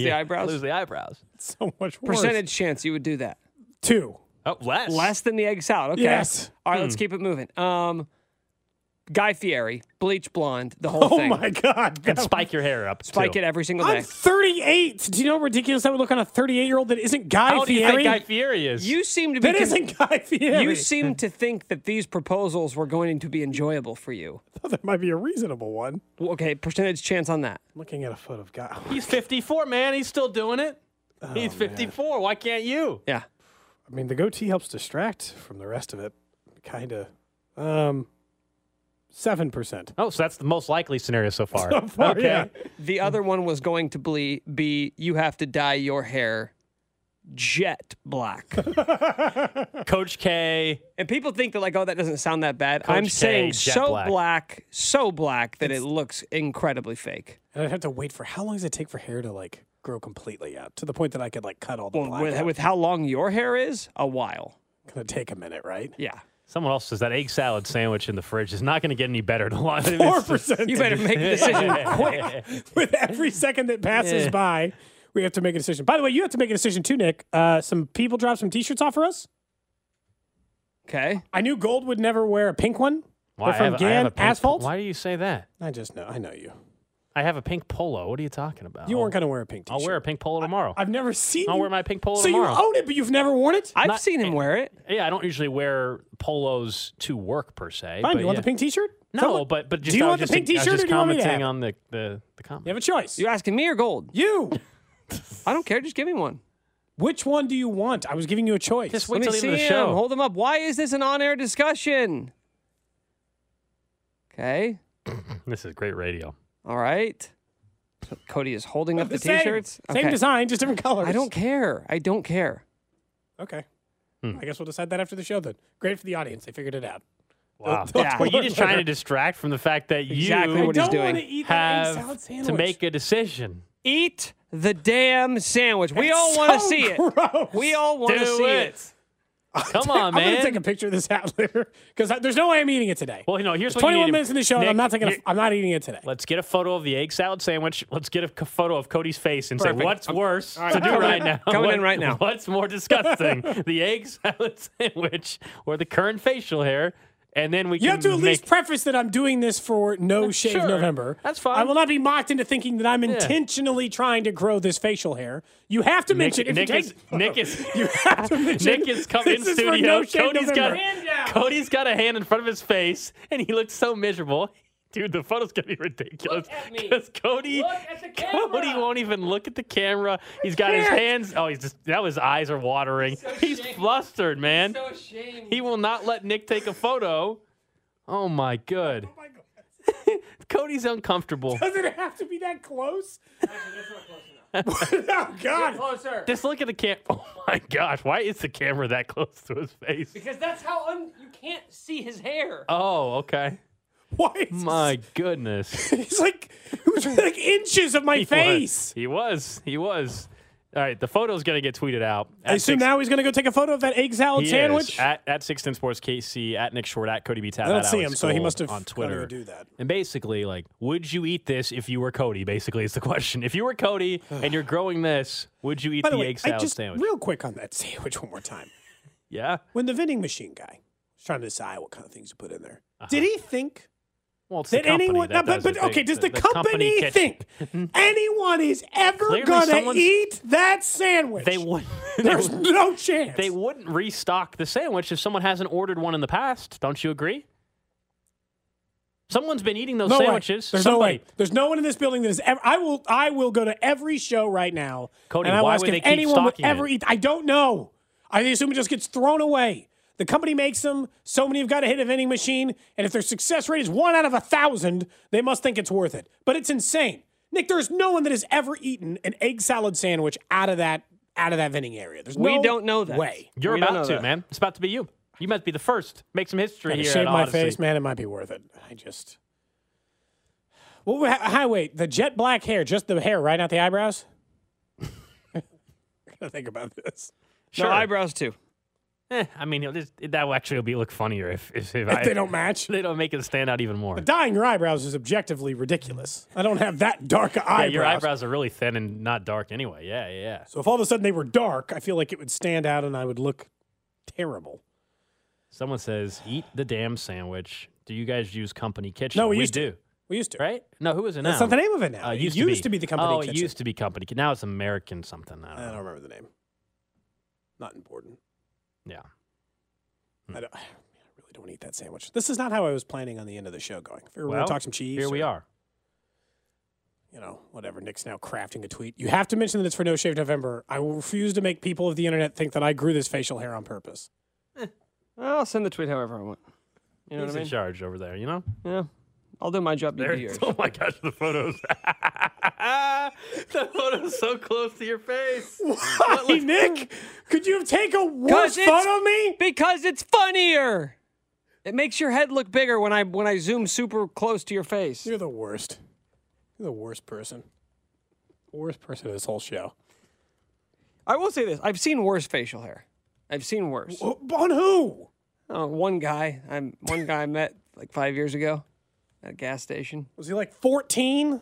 D: the
B: yeah.
D: eyebrows.
B: Lose the eyebrows.
C: It's so much worse.
D: Percentage chance you would do that.
C: two.
B: Oh, less.
D: Less than the egg salad. Okay.
C: Yes. Hmm.
D: All right, let's keep it moving. Um, Guy Fieri, bleach blonde, the whole
C: Oh
D: thing.
C: my god.
B: And spike your hair up.
D: Spike
B: too.
D: it every single day.
C: I'm 38. Do you know how ridiculous that would look on a 38 year old that isn't Guy
B: How do you
C: Fieri?
B: think Guy Fieri is?
D: you seem to be.
C: that
D: con-
C: isn't Guy Fieri.
D: you seem to think that these proposals were going to be enjoyable for you.
C: Oh, that might be a reasonable one.
D: Well, Okay, percentage chance on that.
C: Looking at a foot of Guy.
B: He's 54, man. He's still doing it.
C: Oh,
B: He's 54. Why can't you?
D: Yeah.
C: I mean, the goatee helps distract from the rest of it, kind of. Um, seven percent.
B: Oh, so that's the most likely scenario so far. okay.
D: The
C: Hmm.
D: other one was going to ble- be you have to dye your hair jet black.
B: Coach K.
D: and people think that, like, oh, that doesn't sound that bad.
B: Coach
D: I'm
B: K,
D: saying
B: jet
D: so
B: black.
D: black, so black that it looks incredibly fake.
C: And I'd have to wait for how long does it take for hair to like grow completely out to the point that I could like cut all the
D: Well,
C: black.
D: with,
C: out?
D: with how long your hair is, a while.
C: gonna take a minute, right?
D: Yeah.
B: Someone else says that egg salad sandwich in the fridge is not going to get any better. in a while.
C: Four
B: It's just-
C: percent.
D: You better make a decision quick.
C: with every second that passes by, we have to make a decision. By the way, you have to make a decision too, Nick. Uh, some people dropped some T-shirts off for us.
D: Okay.
C: I knew Gold would never wear a pink one.
B: Why,
C: They're
B: I
C: from
B: have- I have
C: Gan
B: a pink-
C: Asphalt.
B: Why do you say that?
C: I just know. I know you.
B: I have a pink polo. What are you talking about?
C: You weren't gonna wear a pink T-shirt.
B: Oh. I'll wear a pink polo tomorrow.
C: I've never seen.
B: I'll
C: you-
B: wear my pink polo
C: So
B: tomorrow.
C: you own it, but you've never worn it.
D: I've seen him wear it.
B: yeah, I don't usually wear polos to work per se.
C: Fine.
B: but
C: You want
B: yeah.
C: the pink T-shirt?
B: No,
C: Someone-
B: but but just,
C: do you
B: I was
C: want the
B: just,
C: pink
B: I was
C: T-shirt or
B: just
C: do you want me to
B: commenting
C: have? it?
B: on the the, the comment.
C: You have a choice.
D: You're asking me or Gold?
C: You.
D: I don't care. Just give me one.
C: Which one do you want? I was giving you a choice.
B: Just wait till
D: Let me
B: the end
D: see
B: of the
D: him.
B: show.
D: Hold him up. Why is this an on-air discussion? Okay.
B: This is great radio.
D: All right. So Cody is holding up the
C: same,
D: T-shirts.
C: Same
D: Okay.
C: design, just different colors.
D: I don't care. I don't care.
C: Okay.
B: Hmm.
C: I guess we'll decide that after the show then. Great for the audience. They figured it out.
B: Wow.
C: They'll- they'll
B: Were you
C: learn
B: just trying to
C: later.
B: distract from the fact that you
D: Exactly what he's
C: I don't wanna
D: doing.
C: eat that egg salad
B: have to
C: sandwich.
B: make a decision?
D: Eat the damn sandwich. We all
C: It's
D: want to
C: so
D: see
C: gross.
D: it. We all want to
B: Do
D: see
B: it.
D: it.
B: Come on,
C: I'm
B: man.
C: gonna take a picture of this out later because there's no way I'm eating it today.
B: well, you know, here's
C: It's
B: what you need
C: 21
B: to-
C: minutes in the show, and
B: Nick,
C: I'm not taking. A,
B: here-
C: I'm not eating it today.
B: Let's get a photo of the egg salad sandwich. Let's get a c- photo of Cody's face and say
D: Perfect.
B: what's
D: I'm-
B: worse
D: all right,
B: to do
D: coming
B: right
D: in-
B: now.
D: coming in right now.
B: What's more disgusting, the egg salad sandwich or the current facial hair? And then we
C: You
B: can
C: have to at
B: make,
C: least preface that I'm doing this for No Shave
B: Sure.
C: November.
B: That's fine.
C: I will not be mocked into thinking that I'm intentionally trying to grow this facial hair. You have to
B: Nick,
C: mention if
B: Nick
C: you take,
B: is Nick is
C: you have to mention
B: Nick is coming in
C: this is for
B: studio.
C: No Shave
B: Cody's
C: November.
B: got Cody's got a hand in front of his face, and he looks so miserable. Dude, the photo's gonna be ridiculous. Because Cody, Cody won't even look at the camera. He's got his hands. Oh, he's just now his eyes are watering. he's flustered, man. he will not let Nick take a photo. Oh my good. Cody's uncomfortable.
C: Does it have to be that close? oh God!
H: Closer.
B: Just look at the cam. Oh my gosh, why is the camera that close to his face?
H: Because that's how un- you can't see his hair.
B: Oh, okay.
C: Why? Is
B: My goodness.
C: He's like, it was like inches of my face.
B: He was. He was. All right, the photo's going to get tweeted out.
C: I assume now he's going to go take a photo of that egg salad
B: he is.
C: sandwich.
B: at at six ten sports KC at Nick Short at Cody B Tab.
C: I don't
B: at
C: see
B: Alex
C: him, so he
B: Gold
C: must have
B: on
C: gotta
B: Twitter
C: go do that.
B: And basically, like, would you eat this if you were Cody? Basically, is the question. If you were Cody and you're growing this, would you eat
C: By
B: the
C: the way,
B: egg
C: I
B: salad
C: just
B: sandwich?
C: real quick on that sandwich one more time.
B: yeah.
C: When the vending machine guy was trying to decide what kind of things to put in there, did he think
B: Well, Uh-huh. it's
C: that
B: the company
C: anyone?
B: that
C: no, but,
B: does
C: but
B: it. They-
C: okay, does the,
B: company
C: company,
B: catch-
C: think anyone is ever
B: Clearly
C: gonna
B: someone's-
C: eat that sandwich?
B: They would.
C: There's no chance.
B: They wouldn't restock the sandwich if someone hasn't ordered one in the past. Don't you agree? Someone's been eating those
C: no
B: sandwiches.
C: Way. There's
B: Somebody-
C: no way. There's no one in this building that is ever. I will. I will go to every show right now.
B: Cody,
C: and I will
B: why
C: ask
B: would
C: if
B: they keep
C: anyone would
B: stocking
C: ever
B: it?
C: eat. I don't know. I assume it just gets thrown away. The company makes them. So many have got to hit a vending machine, and if their success rate is one out of a thousand, they must think it's worth it. But it's insane, Nick. There's no one that has ever eaten an egg salad sandwich out of that out of that vending area. There's
D: We
C: no
D: don't know that.
C: way.
B: You're
D: We don't
B: about
D: know
B: to,
D: that.
B: man. It's about to be you. You must be the first. Make some history
C: Gotta
B: here.
C: shave
B: at
C: my
B: Odyssey.
C: face, man. It might be worth it. I just. What? would ha- hi, wait. The jet black hair, just the hair, right? Not the eyebrows. I gotta think about this.
D: Sure.
B: Sure.
D: eyebrows too.
B: Eh, I mean, it'll just, that will actually be look funnier if if, if, I,
C: If they don't match,
B: they don't make it stand out even more.
C: dyeing your eyebrows is objectively ridiculous. I don't have that dark
B: Yeah,
C: eyebrows.
B: your eyebrows are really thin and not dark anyway. Yeah, yeah, yeah.
C: So if all of a sudden they were dark, I feel like it would stand out and I would look terrible.
B: Someone says, "Eat the damn sandwich." Do you guys use company kitchen?
C: No, we
B: we,
C: used to.
B: do.
C: We used to,
B: Right? No, who is it now?
C: That's not the name of it now.
B: Uh,
C: It
B: used
C: used to be the company
B: Oh, it
C: kitchen.
B: used to be company. Ki- Now it's American something. I
C: I
B: don't
C: don't
B: know.
C: remember the name. Not important.
B: Yeah.
C: I, don't, I really don't eat that sandwich. This is not how I was planning on the end of the show going. Figure we're
B: Well,
C: gonna talk some cheese.
B: Here we
C: or,
B: are.
C: You know, whatever. Nick's now crafting a tweet. You have to mention that it's for No Shave November. I will refuse to make people of the internet think that I grew this facial hair on purpose.
D: I'll send the tweet however I want. You know
B: Who's
D: what I
B: in
D: mean?
B: charge over there? You know.
D: Yeah. I'll do my job. You
B: There
D: do
B: it is. Oh
D: yours.
B: my gosh, the photos. the photo's so close to your face.
C: Why, Nick? Could you take a worse
D: 'Cause it's-
C: photo of me?
D: Because it's funnier. It makes your head look bigger when I when I zoom super close to your face.
C: You're the worst. You're the worst person. Worst person of this whole show.
D: I will say this: I've seen worse facial hair. I've seen worse.
C: Oh, On who?
D: Uh, one guy, I'm one guy I met like five years ago at a gas station.
C: Was he like 14?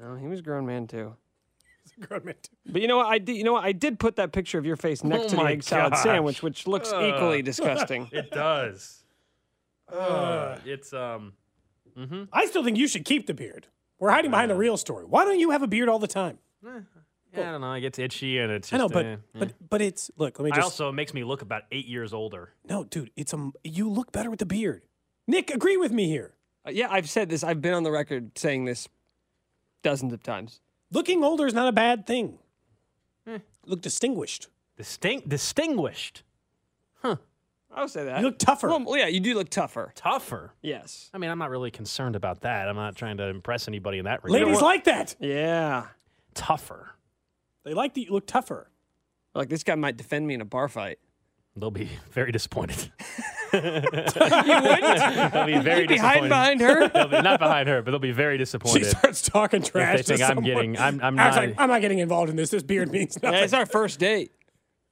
D: Oh, he was a grown man too.
C: Grown man, too.
D: But you know what? I did, you know what? I did put that picture of your face next
B: Oh
D: to the
B: my
D: egg salad
B: gosh.
D: sandwich, which looks equally disgusting.
B: It does. Uh, it's um.
C: I still think you should keep the beard. We're hiding behind the real story. Why don't you have a beard all the time?
B: I don't know. It gets itchy and it's. Just,
C: I know, but
B: eh, eh.
C: but but it's look. Let me
B: I
C: just
B: also it makes me look about eight years older.
C: no, dude. It's a you look better with the beard. Nick, agree with me here.
D: Uh, yeah, I've said this. I've been on the record saying this dozens of times.
C: Looking older is not a bad thing. Look distinguished.
B: Distinct, distinguished,
D: I'll say that.
C: You look tougher.
D: Well, yeah, you do look tougher.
B: tougher.
D: Yes.
B: I mean, I'm not really concerned about that. I'm not trying to impress anybody in that regard.
C: Ladies like that.
D: Yeah.
B: tougher.
C: They like that you look tougher.
D: Like this guy might defend me in a bar fight.
B: They'll be very disappointed.
D: you wouldn't.
B: They'll be very
D: You'd be hiding
B: disappointed.
D: behind her.
B: They'll be- not behind her, but they'll be very disappointed.
C: She starts talking trash.
B: If they think
C: to
B: I'm
C: someone.
B: getting, I'm, I'm
C: Acts
B: not.
C: like, I'm not getting involved in this. This beard means nothing.
D: Yeah, it's our first date.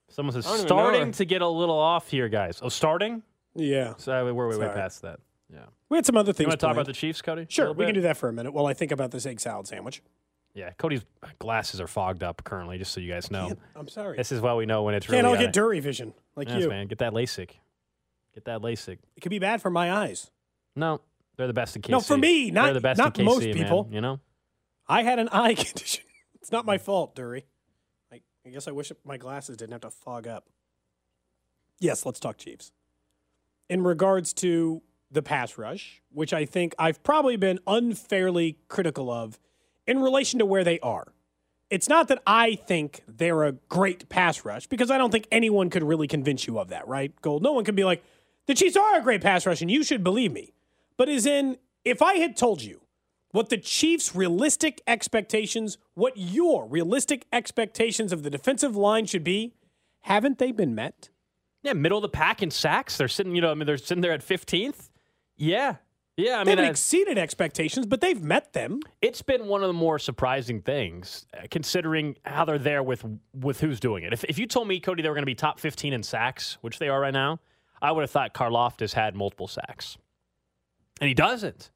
B: someone says
D: I don't even know her.
B: starting to get a little off here, guys. Oh, starting?
C: yeah.
B: So uh, we're way, way
C: Sorry.
B: past that. Yeah.
C: We had some other things.
B: You want to talk about the
C: planned.
B: Chiefs, Cody? A
C: Sure,
B: little
C: we can
B: bit?
C: do that for a minute while I think about this egg salad sandwich.
B: Yeah, Cody's glasses are fogged up currently, just so you guys know.
C: I'm sorry.
B: This is why we know when it's
C: Can't
B: really.
C: all
B: on
C: get
B: it.
C: jury vision like
B: Yes,
C: you.
B: man. Get that LASIK. Get that LASIK.
C: It could be bad for my eyes.
B: No, they're the best in KC.
C: No, for me, not-
B: they're the best
C: not
B: in KC,
C: most
B: man,
C: people.
B: you know,
C: I had an eye condition. It's not my fault, Dury. I, I guess I wish my glasses didn't have to fog up. Yes, let's talk Chiefs. In regards to the pass rush, which I think I've probably been unfairly critical of in relation to where they are. It's not that I think they're a great pass rush because I don't think anyone could really convince you of that, right? Gold. No one could be like, the Chiefs are a great pass rush and you should believe me. But as in, if I had told you what the Chiefs' realistic expectations, what your realistic expectations of the defensive line should be, haven't they been met?
B: yeah, middle of the pack in sacks. They're sitting, you know, I mean, they're sitting there at fifteenth. Yeah, yeah. I mean, uh,
C: They've
B: I-
C: exceeded expectations, but they've met them.
B: it's been one of the more surprising things, uh, considering how they're there with with who's doing it. If, if you told me Cody they were going to be top fifteen in sacks, which they are right now, I would have thought Karloftis had multiple sacks, and he doesn't.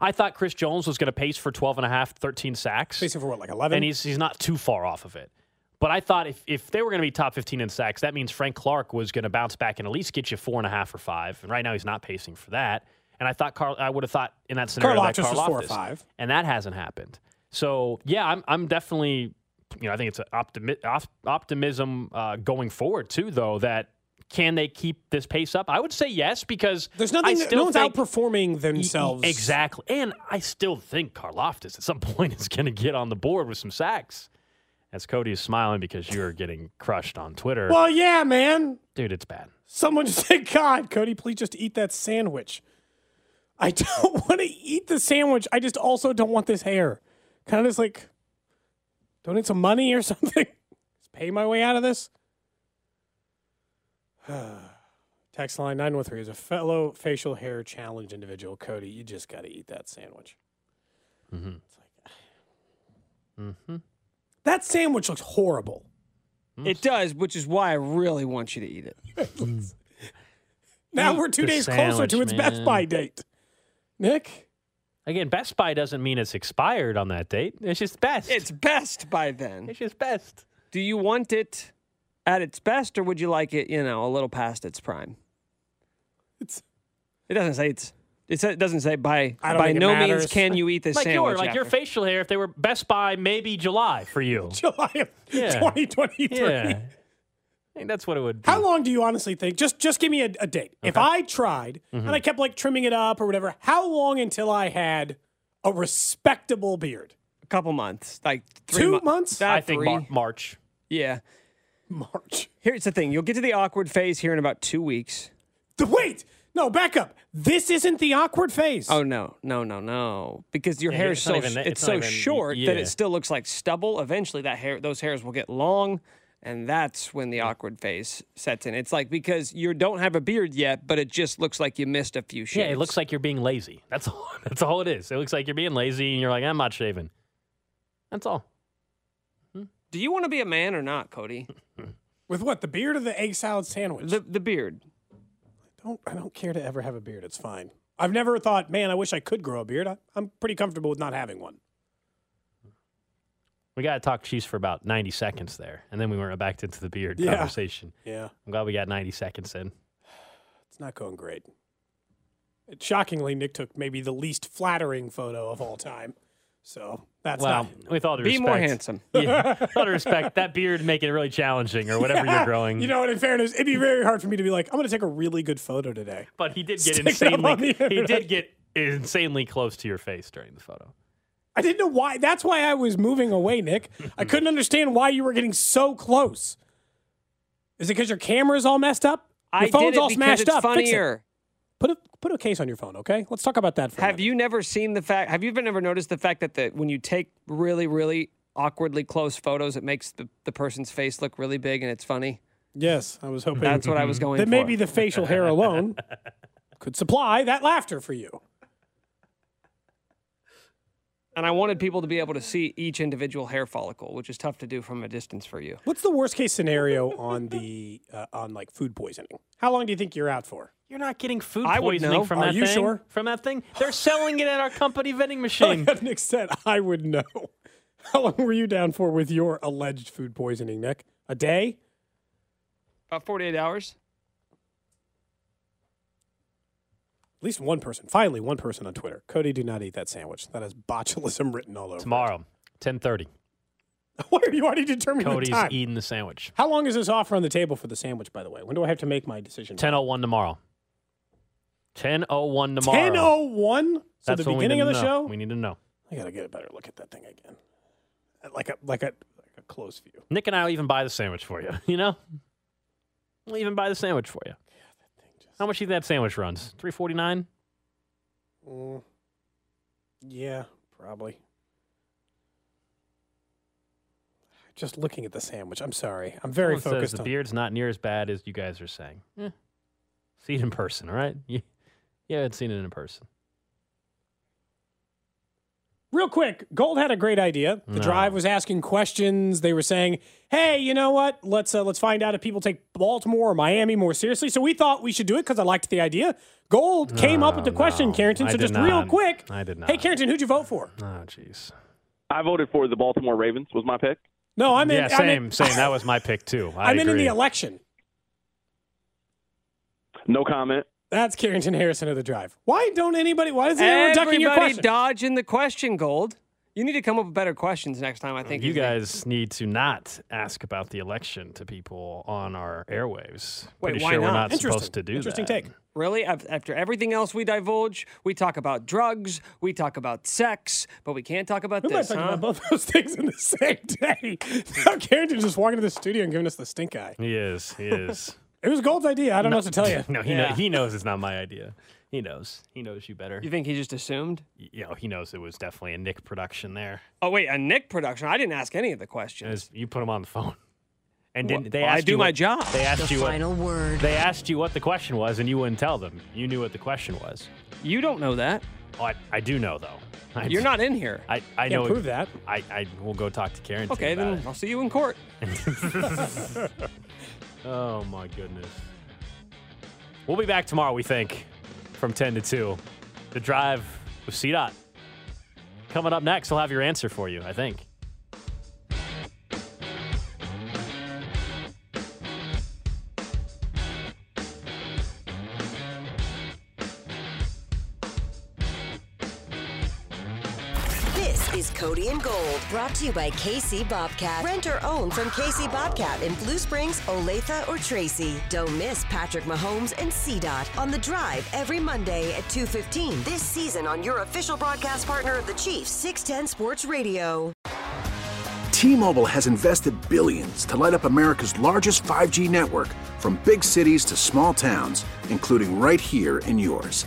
B: I thought Chris Jones was going to pace for 12 and a half, 13 sacks.
C: Basically, for what, like 11?
B: and he's he's not too far off of it. But I thought if, if they were going to be top 15 in sacks, that means Frank Clark was going to bounce back and at least get you four and a half or five. And right now he's not pacing for that. And I thought Carl, I would have thought in that scenario that
C: Karlaftis was four or
B: Karlaftis-
C: five.
B: and that hasn't happened. So yeah, I'm I'm definitely you know I think it's an optimi- op- optimism uh, going forward too though that can they keep this pace up? I would say yes because
C: There's
B: I
C: nothing,
B: still
C: no one's
B: think-
C: outperforming
B: Y- y-
C: themselves.
B: Exactly. And I still think Karloftis at some point is going to get on the board with some sacks. As Cody is smiling because you're getting crushed on Twitter.
C: Well, yeah, man.
B: Dude, it's bad.
C: Someone just said, God, Cody, please just eat that sandwich. I don't want to eat the sandwich. I just also don't want this hair. Kind of just like, donate some money or something. just pay my way out of this. Text line 913 is a fellow facial hair challenge individual. Cody, you just got to eat that sandwich.
B: Mhm.
C: It's like, That sandwich looks horrible. Hmm.
D: It does, which is why I really want you to eat it.
C: Now
B: Eat
C: we're two
B: the
C: days closer
B: sandwich,
C: to its Best
B: man.
C: Buy date. Nick?
B: Again, Best Buy doesn't mean it's expired on that date. It's just best.
D: It's best by then.
B: it's just best.
D: Do you want it at its best, or would you like it, you know, a little past its prime?
C: It's
D: It doesn't say it's. It sa- it doesn't say by
C: I don't
D: by
C: think it
D: no
C: matters.
D: means can you eat this
B: Like
D: sandwich.
B: your like your
D: after.
B: facial hair, if they were Best Buy, maybe July for you.
C: July of
B: Yeah.
C: 2023.
B: yeah. I think that's what it would be.
C: How long do you honestly think? Just just give me a, a date. If I tried and
B: Mm-hmm.
C: I kept like trimming it up or whatever, how long until I had a respectable beard?
D: a couple months, like three
C: Two
D: mo-
C: months?
D: That
B: I think
D: three.
B: Mar- March.
D: Yeah.
C: March.
D: Here's the thing: you'll get to the awkward phase here in about two weeks.
C: The wait. No, back up. This isn't the awkward phase.
D: Oh no, no, no, no! Because your
B: Yeah,
D: hair is
B: it's not
D: so
B: even
D: sh-
B: that-
D: it's,
B: it's not
D: so
B: even-
D: short that
B: yeah.
D: it still looks like stubble. Eventually, that hair those hairs will get long, and that's when the awkward phase sets in. It's like because you don't have a beard yet, but it just looks like you missed a few
B: Yeah,
D: shades.
B: it looks like you're being lazy. That's all. That's all it is. It looks like you're being lazy, and you're like, I'm not shaving. That's all.
D: Do you want to be a man or not, Cody?
C: With what? The beard or the egg salad sandwich?
D: The the beard.
C: don't I don't care to ever have a beard. It's fine. I've never thought, man, I wish I could grow a beard. I, I'm pretty comfortable with not having one.
B: We got to talk Chiefs for about 90 seconds there, and then we went back into the beard
C: Yeah.
B: conversation.
C: Yeah.
B: I'm glad we got 90 seconds in.
C: It's not going great. It- shockingly, Nick took maybe the least flattering photo of all time. So that's
B: well,
C: not.
B: with all due
D: Be
B: respect,
D: more handsome.
B: Yeah, with all due respect, that beard make it really challenging, or whatever you're growing.
C: You know, and in fairness, it'd be very hard for me to be like, I'm going to take a really good photo today.
B: but he did get
C: Stick it up on the
B: insanely. He
C: internet.
B: did get insanely close to your face during the photo.
C: I didn't know why. That's why I was moving away, Nick. I couldn't understand why you were getting so close. Is it because your camera's all messed up? Your
D: I
C: phone's
D: did it
C: all
D: because
C: smashed
D: it's
C: up. Fix it.
D: Funnier.
C: Put a put a case on your phone, okay? Let's talk about that. For a
D: Have
C: minute.
D: you never seen the fact? Have you ever never noticed the fact that the, when you take really, really awkwardly close photos. It makes the, the person's face look really big and it's funny.
C: Yes, I was hoping Mm-hmm.
D: That's what I was going
C: That
D: for.
C: maybe the facial hair alone could supply that laughter for you.
D: And I wanted people to be able to see each individual hair follicle, which is tough to do from a distance for you.
C: What's the worst case scenario on the uh, on like food poisoning? How long do you think you're out for?
B: You're not getting food
C: I would
B: poisoning
C: know.
B: from
C: Are
B: that
C: you
B: thing.
C: sure?
B: From that thing, they're selling it at our company vending machine.
C: Like Nick said, I would know. How long were you down for with your alleged food poisoning, Nick? A day?
D: About 48 hours.
C: At least one person. Finally, one person on Twitter. Cody, do not eat that sandwich. That has botulism written all over. it.
B: Tomorrow, ten thirty.
C: Why are you already determining
B: Cody's
C: the time?
B: eating the sandwich.
C: How long is this offer on the table for the sandwich, by the way? When do I have to make my decision?
B: Ten oh one tomorrow. Ten oh one tomorrow.
C: Ten oh one. So
B: That's
C: the
B: when we
C: beginning
B: need
C: of the
B: to know.
C: show.
B: We need to know.
C: I gotta get a better look at that thing again, Uh, like a like a like a close view.
B: Nick and I will even buy the sandwich for you. You know, we'll even buy the sandwich for you. How much do you think that sandwich runs? Three forty nine.
C: Mm. Yeah, probably. Just looking at the sandwich. I'm sorry. I'm very
B: Says
C: focused
B: the
C: on.
B: beard's not near as bad as you guys are saying. Eh. See it in person, all right? You, you haven't seen it in person.
C: Real quick, Gold had a great idea. The
B: No.
C: drive was asking questions. They were saying, "Hey, you know what? Let's uh, let's find out if people take Baltimore or Miami more seriously." So we thought we should do it because I liked the idea. Gold came up with the question, Carrington.
B: I
C: So
B: did
C: just real
B: not.
C: quick,
B: I did not.
C: hey, Carrington, who'd you vote for?
B: Oh, jeez.
I: I voted for the Baltimore Ravens. Was my pick.
C: No, I'm in.
B: yeah,
C: I'm
B: same,
C: in,
B: same. That was my pick too. I
C: I'm in, in
B: agree.
C: the election.
I: No comment.
C: That's Carrington Harrison of the drive. Why don't anybody? Why is anyone ducking your
D: Everybody
C: question?
D: dodging the question, Gold. You need to come up with better questions next time, I think.
B: You
D: is the-
B: guys need to not ask about the election to people on our airwaves.
D: Wait,
B: Pretty
D: why
B: sure we're
D: not?
B: not
D: Interesting.
B: supposed to do that.
D: Really? Af- After everything else we divulge, we talk about drugs, we talk about sex, but we can't talk about
C: We might
D: this,
C: talk
D: huh?
C: about both those things in the same day. Now Carrington just walking into the studio and giving us the stink eye.
B: He is. He is.
C: It was Gold's idea. I don't know what to tell you.
B: no, he,
C: Yeah.
B: know, he knows it's not my idea. He knows. He knows you better.
D: You think he just assumed?
B: You know, he knows it was definitely a Nick production there.
D: Oh wait, a Nick production. I didn't ask any of the questions.
B: As you put him on the phone. And
D: Well,
B: didn't they
D: well, I
B: asked
D: do
B: you
D: my
B: what-
D: job.
B: They asked
D: The
B: you
D: final
B: what,
D: word.
B: They asked you what the question was, and you wouldn't tell them. You knew what the question was. Oh,
D: You don't know that.
B: I, I do know though. I
D: You're
B: do-
D: not in here.
B: I, I
D: Can't
B: know.
D: prove that.
B: I, I will go talk to Karen.
D: Okay, then I'll see you in court.
B: Oh my goodness. We'll be back tomorrow, we think, from 10 to 2. The drive with C Dot. Coming up next, I'll have your answer for you, I think.
F: This is Cody and Gold, brought to you by KC Bobcat. Rent or own from KC Bobcat in Blue Springs, Olathe, or Tracy. Don't miss Patrick Mahomes and CDOT on the drive every Monday at 2.15. This season on your official broadcast partner of the Chiefs, 610 Sports Radio.
J: T-Mobile has invested billions to light up America's largest 5G network from big cities to small towns, including right here in yours.